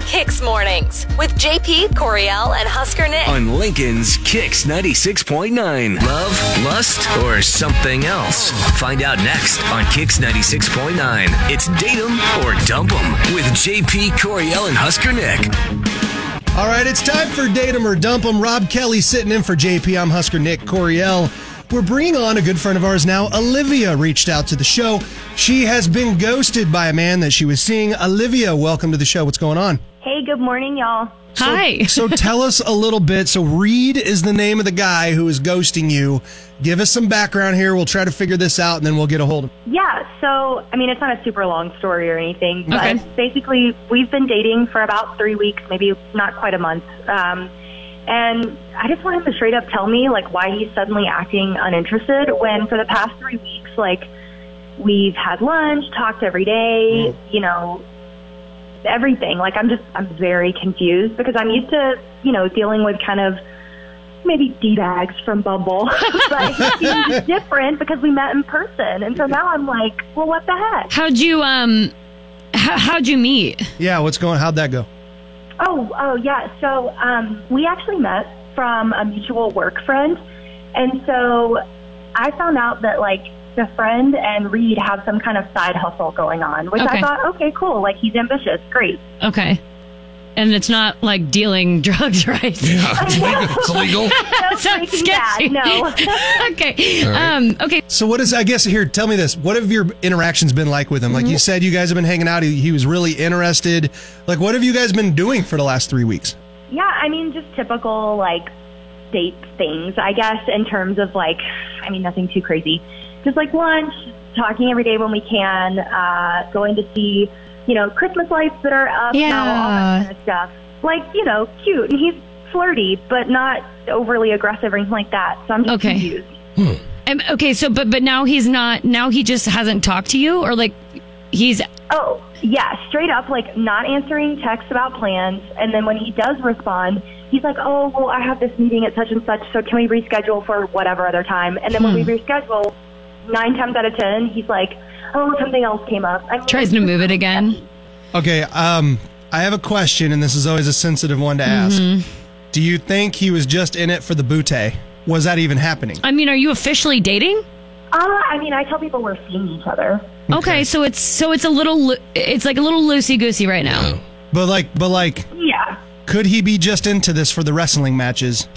Kicks Mornings with JP, Coriel, and Husker Nick. on Lincoln's Kicks 96.9. Love, lust, or something else? Find out next on Kicks 96.9. It's Date 'em or Dump 'em with JP Coriel and Husker Nick. All right, it's time for Date 'em or Dump 'em. Rob Kelly sitting in for JP. I'm Husker Nick Coriel. We're bringing on a good friend of ours now. Olivia reached out to the show. She has been ghosted by a man that she was seeing. Olivia, welcome to the show. What's going on? Hey, good morning, y'all. Hi. So tell us a little bit. So Reed is the name of the guy who is ghosting you. Give us some background here. We'll try to figure this out and then we'll get a hold of Yeah, so, I mean, it's not a super long story or anything, but Okay. basically, we've been dating for about three weeks, maybe not quite a month. Um, and I just want him to straight up tell me, like, why he's suddenly acting uninterested when for the past three weeks, like, we've had lunch, talked every day, you know, everything. Like, I'm just, I'm very confused because I'm used to, you know, dealing with kind of maybe D bags from Bumble, but he's different because we met in person. And so now I'm like, well, what the heck? How'd you um how, how'd you meet? Yeah, what's going How'd that go? Oh, oh yeah. So um, we actually met from a mutual work friend, and so I found out that like the friend and Reed have some kind of side hustle going on, which Okay. I thought, okay, cool. Like he's ambitious, great. Okay. And it's not like dealing drugs, right? it's legal. It's legal. No Sounds Breaking Bad, sketchy. no. okay. Um okay. So what is I guess here tell me this what have your interactions been like with him like you said you guys have been hanging out he, he was really interested like what have you guys been doing for the last 3 weeks Yeah, I mean, just typical like date things, I guess, in terms of like, I mean, nothing too crazy. Just like lunch, talking every day when we can, uh, going to see, you know, Christmas lights that are up, Yeah. now, all that kind of stuff. Like, you know, cute, and he's flirty, but not overly aggressive or anything like that. So I'm just Okay. confused. Um, okay, so but but now he's not now he just hasn't talked to you or like he's Oh, yeah, straight up, like not answering texts about plans. And then when he does respond, he's like, oh, well, I have this meeting at such and such, so can we reschedule for whatever other time? And then Hmm. when we reschedule, nine times out of ten, he's like, oh, something else came up. I mean, tries to move it again. Okay, um, I have a question, and this is always a sensitive one to ask. Do you think he was just in it for the bootay? Was that even happening? I mean, are you officially dating? Uh, I mean, I tell people we're seeing each other. Okay, so it's so it's a little loo- it's like a little loosey goosey right now. But like, but like, Yeah. could he be just into this for the wrestling matches?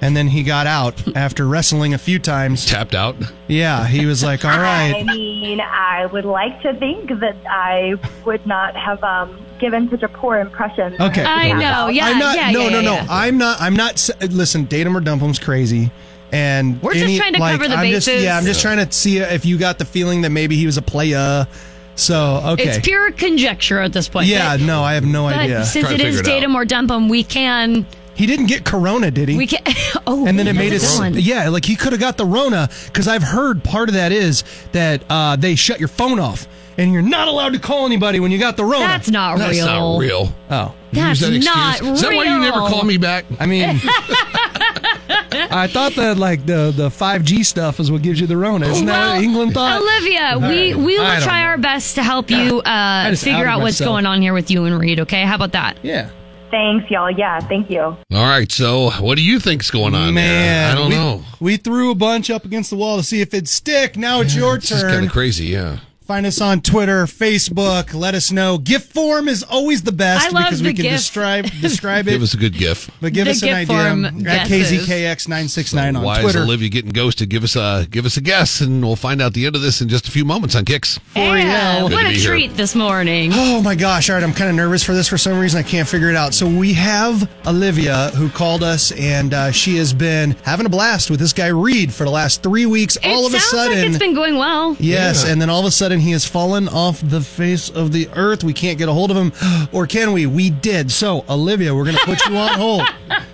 and then he got out after wrestling a few times. Tapped out. Yeah, he was like, all I right. mean, I would like to think that I would not have um, given such a poor impression. Okay. I know. Yeah. I'm not. yeah, no, yeah, no, yeah, no. yeah. I'm not. I'm not. s- Listen, date him or dump him's crazy. And We're just any- trying to like, cover the I'm just- bases. yeah, I'm just trying to see if you got the feeling that maybe he was a player. So okay. It's pure conjecture at this point. Yeah, But- no, I have no But idea. since Try it to is figure it date out. 'em or dump 'em, we can He didn't get corona, did he? we can. Oh, and then it that's made a it, good one. yeah, like he could have got the Rona because I've heard part of that is that uh, they shut your phone off and you're not allowed to call anybody when you got the Rona. That's not That's real. Uh, not real. oh, That's Use that not excuse. Is that why you never real. call me back? I mean, I thought that like the the five G stuff is what gives you the Rona, isn't that Well, what England thought? Olivia, we we I will don't try know. our best to help you uh, just figure outed out what's myself. going on here with you and Reed. Okay, how about that? yeah, Thanks, y'all. Yeah, thank you. All right. So, what do you think's going man, on there? I don't we, know. We threw a bunch up against the wall to see if it'd stick. Now it's your It's kind turn. of crazy. Yeah. Find us on Twitter, Facebook. Let us know. Gift form is always the best I love because the we can gift. describe describe Give it. us a good gif. But give The us an gift idea form at guesses. KZKX969 on Why Twitter. is Olivia getting ghosted? Give us a give us a guess, and we'll find out the end of this in just a few moments on Kicks. Yeah, Good what to a be here. treat this morning. oh my gosh. All right. I'm kind of nervous for this for some reason. I can't figure it out. So we have Olivia who called us and uh, she has been having a blast with this guy Reed for the last three weeks. It all of a sounds sudden. like it's been going well. Yes, Yeah. and then all of a sudden he has fallen off the face of the earth. We can't get a hold of him, or can we? We did. So, Olivia, we're going to put you on hold.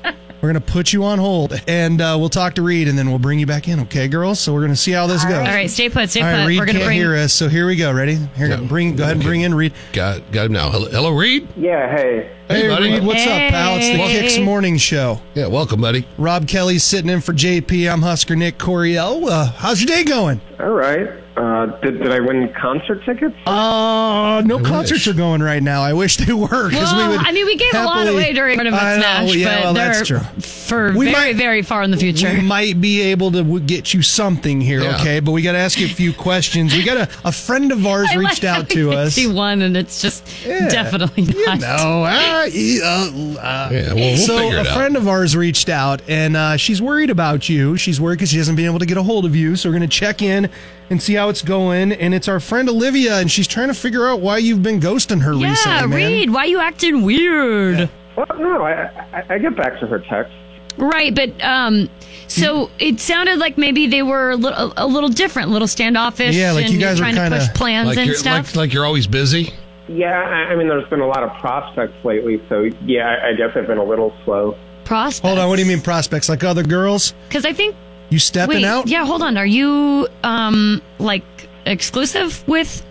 We're going to put you on hold, and uh, we'll talk to Reed, and then we'll bring you back in. Okay, girls. So we're going to see how this goes. All right, stay put, stay All put. right, Reed We're gonna can't bring. hear us, so here we go. Ready? Here, Yeah. bring. Go ahead and bring in Reed. Got got him now. Hello, hello Reed. Yeah, hey. Hey, buddy. Reed, what's up, pal? It's the Hey. Kicks Morning Show. Yeah, welcome, buddy. Rob Kelly's sitting in for JP. I'm Husker Nick Coriel. Uh, how's your day going? All right. Uh, did, did I win concert tickets? Uh, no wish. concerts are going right now. I wish they were. 'cause Well, we would I mean, we gave a lot happily- away during Tournament I know, Smash, yeah, but well, they're that's true. for We very, might- very far in the future. We might be able to w- get you something here, Yeah. okay? But we got to ask you a few questions. We got a, a friend of ours I like reached how out to you us. See one, and it's just Yeah. definitely not. You know, uh, e- uh, uh, Yeah, well, we'll so figure it a out. friend of ours reached out, and uh, she's worried about you. She's worried because she hasn't been able to get a hold of you. So we're gonna check in and see how it's going. And it's our friend Olivia, and she's trying to figure out why you've been ghosting her Yeah, recently, man. Reed, why you acting weird? Well, no, I, I, I get back to her text. Right, but um, so it sounded like maybe they were a little, a little different, a little standoffish. Yeah, like and you guys were trying kinda- to push plans Like and you're, stuff. like, like you're always busy? Yeah, I, I mean, there's been a lot of prospects lately, so yeah, I, I guess I've been a little slow. prospects. Hold on, what do you mean prospects? Like other girls? Because I think You stepping wait, out? yeah. Hold on, are you um like exclusive with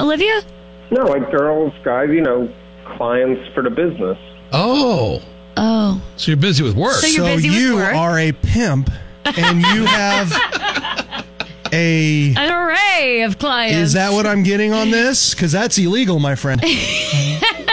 Olivia? No, like girls, guys, you know, clients for the business. Oh, Oh, so you're busy with work. So you're- so busy with you work. are a pimp, and you have a. an array of clients. Is that what I'm getting on this? Because that's illegal, my friend.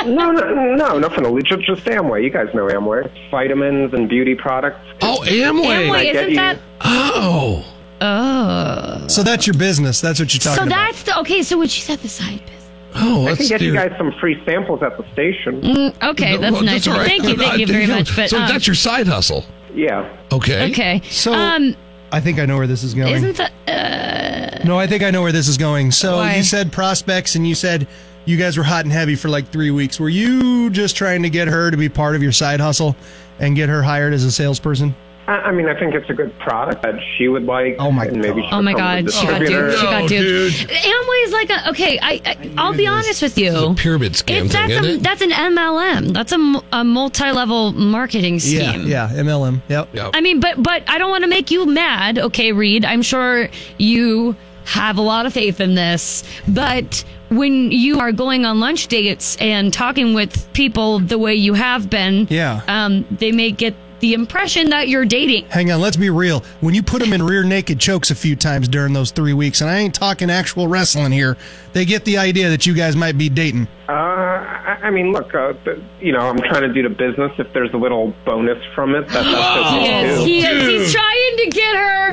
No, no, no, nothing illegal. Just Amway. You guys know Amway. Vitamins and beauty products. oh, Amway. Amway, I get isn't you. that? Oh. Oh, So that's your business. That's what you're talking so about. that's the okay. So when she's at the side business. Oh, I can that's get you dear. guys some free samples at the station. Mm. Okay, No, that's well, nice. all right. Thank you, thank you Uh, very much. But so um, that's your side hustle. Yeah. Okay. okay. So- um, I think I know where this is going. isn't that? Uh, no, I think I know where this is going. So Why? you said prospects, and you said you guys were hot and heavy for like three weeks. Were you just trying to get her to be part of your side hustle and get her hired as a salesperson? I, I mean, I think it's a good product that she would like. Oh, my and maybe God. she'll Oh my become a God, she got distributor. duped. She got No, duped. dude. Amway's like a okay. I, I I'll be honest with you. a pyramid scam It's- thing, that's, isn't a, it? that's an MLM. That's a, m- a multi-level marketing scheme. Yeah, yeah, MLM. Yep. Yeah. I mean, but but I don't want to make you mad, okay, Reed. I'm sure you have a lot of faith in this, but when you are going on lunch dates and talking with people the way you have been, Yeah. um, they may get the impression that you're dating. Hang on, let's be real. When you put them in rear naked chokes a few times during those three weeks, and I ain't talking actual wrestling here, they get the idea that you guys might be dating. Uh, I, I mean, look, uh, th- you know, I'm trying to do the business. If there's a little bonus from it, that, that's Oh, okay. Yes, too. he is. He's trying to get her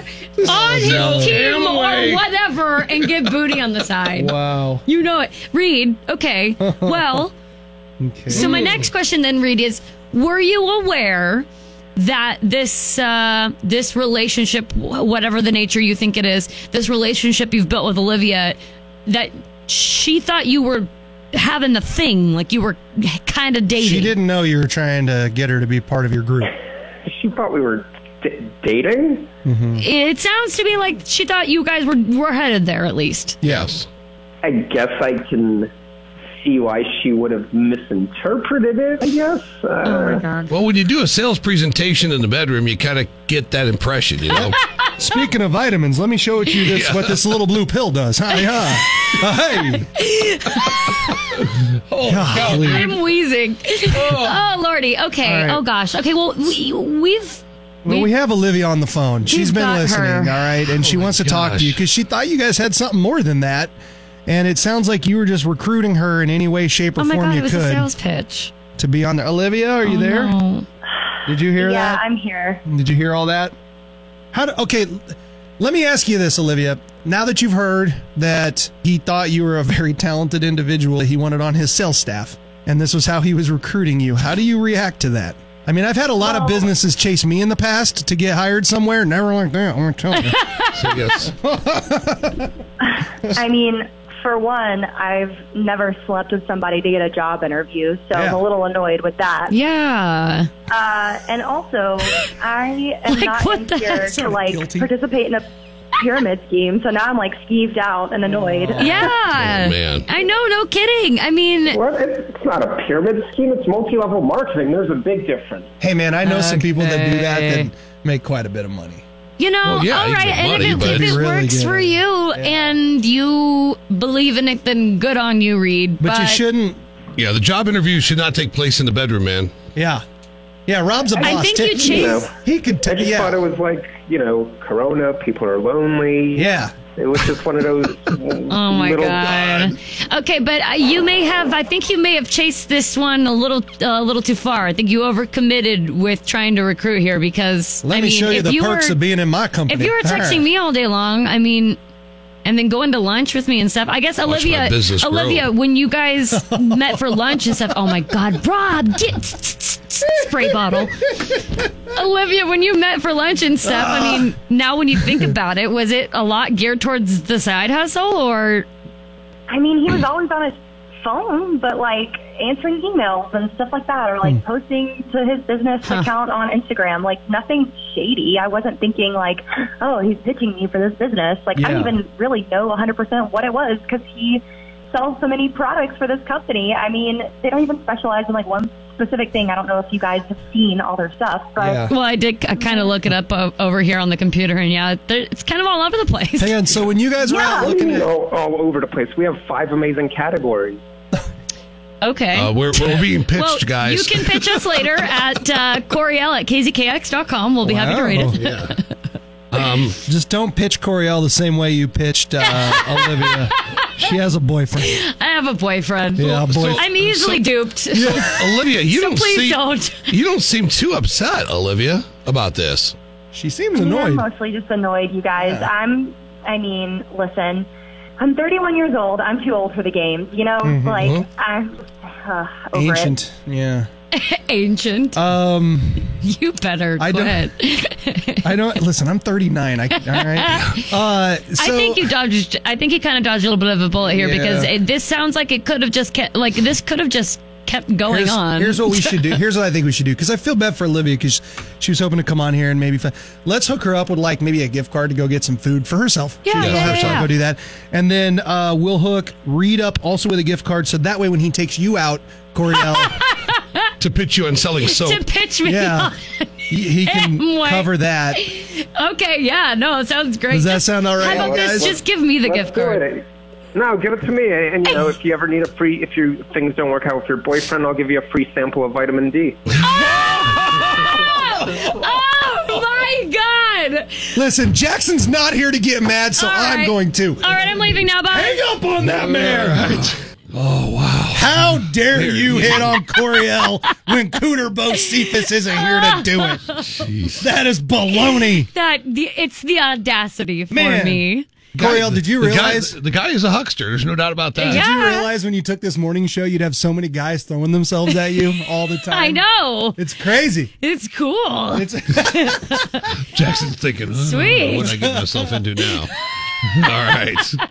on his no team way. or whatever and give booty on the side. Wow. You know it. Reed, okay. Well, so my next question then, Reed, is were you aware that this uh, this relationship, wh- whatever the nature you think it is, this relationship you've built with Olivia, that she thought you were having the thing, like you were kind of dating? She didn't know you were trying to get her to be part of your group. She thought we were d- dating. It sounds to me like she thought you guys were were headed there at least. Yes. I guess I can see why she would have misinterpreted it. I guess. Uh, God. Well, when you do a sales presentation in the bedroom, you kind of get that impression, you know? Speaking of vitamins, let me show it you this what this little blue pill does. Hi, huh? hey. oh, Golly. I'm wheezing. Oh, lordy. Okay. All right. Oh gosh. Okay. Well, we, we've Well, we have Olivia on the phone. She's We've been got listening, her. all right, and she Oh my wants to talk gosh. to you because she thought you guys had something more than that. And it sounds like you were just recruiting her in any way, shape, or oh my form god, you it was could a sales pitch. to be on there. Olivia, are you Oh, there? no. Did you hear Yeah, that? I'm here. Did you hear all that? How do, okay, l- let me ask you this, Olivia. Now that you've heard that he thought you were a very talented individual that he wanted on his sales staff, and this was how he was recruiting you, how do you react to that? I mean, I've had a lot of businesses chase me in the past to get hired somewhere. Never like that. I'm gonna tell you. So, yes. Uh, I mean, for one, I've never slept with somebody to get a job interview, so I'm Yeah. a little annoyed with that. Yeah. Uh, and also, I am Like, not what in the heck? here to Sounded like guilty. participate in a pyramid scheme. So now I'm like skeeved out and annoyed. Yeah. Oh, man. I know. No kidding. I mean, Well, it's it's not a pyramid scheme. It's multi-level marketing. There's a big difference. hey, man, I know some people that do that Okay. that make quite a bit of money. you know. Well, yeah, all you right. get And money, if it, but- if it Really works good. for you and you believe in it, then good on you, Reed. But, you shouldn't. Yeah, the job interview should not take place in the bedroom, man. Yeah, yeah. Rob's a boss. I think you Take- changed. You know, He could. I T- just thought it yeah, was like you know, Corona. People are lonely. yeah. It was just one of those. Oh my god. Okay, but uh, you may have. I think you may have chased this one a little, uh, a little too far. I think you overcommitted with trying to recruit here because. Let I me mean, show you if the perks were, of being in my If company. you were There. texting me all day long, I mean, and then going to lunch with me and stuff. I guess Watch my Olivia, business grow. Olivia, when you guys met for lunch and stuff. Oh my God, Rob, get spray bottle. Olivia, when you met for lunch and stuff. I Ah. mean, now when you think about it, was it a lot geared towards the side hustle or? I mean, he was always on his phone, but like answering emails and stuff like that, or Hmm. like posting to his business account on Instagram. Like nothing shady. I wasn't thinking like, oh, he's pitching me for this business. Like I don't Yeah. even really know 100% what it was because he sells so many products for this company. I mean, they don't even specialize in like one specific thing. I don't know if you guys have seen all their stuff, but. Yeah. Well, I did I kind of look it up o- over here on the computer, and yeah, there, it's kind of all over the place. Hang on. So when you guys were out What do looking you mean at, all, all over the place? We have five amazing categories. Okay. Uh, we're, we're being pitched, well, guys. you can pitch us later at uh, Coriel at kzkx.com. We'll be happy to read Wow. it. yeah. Um, just don't pitch Coriel the same way you pitched uh, Olivia. She has a boyfriend. I have a boyfriend. Yeah, a boy. I'm easily duped. Olivia, you So don't please seem, don't. You don't seem too upset, Olivia, about this. She seems I mean, annoyed. I'm mostly just annoyed, you guys. I'm, I mean, listen, I'm 31 years old. I'm too old for the games, you know? Like, I'm just uh, over Mm-hmm. Ancient. Yeah. Ancient. Um. you better I quit. don't- I don't listen. I'm 39. I all right. Uh, so, I think you dodged. I think you kind of dodged a little bit of a bullet here Yeah. because it, this sounds like it could have just kept. Like this could have just kept going Here's, on. here's what we should do. Here's what I think we should do because I feel bad for Olivia because she was hoping to come on here and maybe fi- let's hook her up with like maybe a gift card to go get some food for herself. Yeah, she yeah, have yeah, to yeah. go do that, and then uh, we'll hook Reed up also with a gift card so that way when he takes you out, Coriel, To pitch you on selling soap. to pitch me. yeah, he, he can Wait. cover that. on. Okay. Yeah. No. It sounds great. Does that Just- sound all right, How about guys? this? Just give me the Let's gift do card. it. No, give it to me. And you know, if you ever need a free, if your things don't work out with your boyfriend, I'll give you a free sample of vitamin D. Oh my god! Listen, Jackson's not here to get mad, so All I'm right. going to. All right, I'm leaving now. Bye. Hang up on that mare. Oh wow! How dare you hit on Coriel when Cooter Bo Cephas isn't here to do it? That is baloney. That the, it's the audacity for Man. me. Coriel, did you The guy- realize? the guy is a huckster? There's no doubt about that. Yeah. Did you realize when you took this morning show, you'd have so many guys throwing themselves at you all the time? I know It's crazy. it's cool. It's Jackson's thinking, oh, Sweet. what did I get myself into now? All right.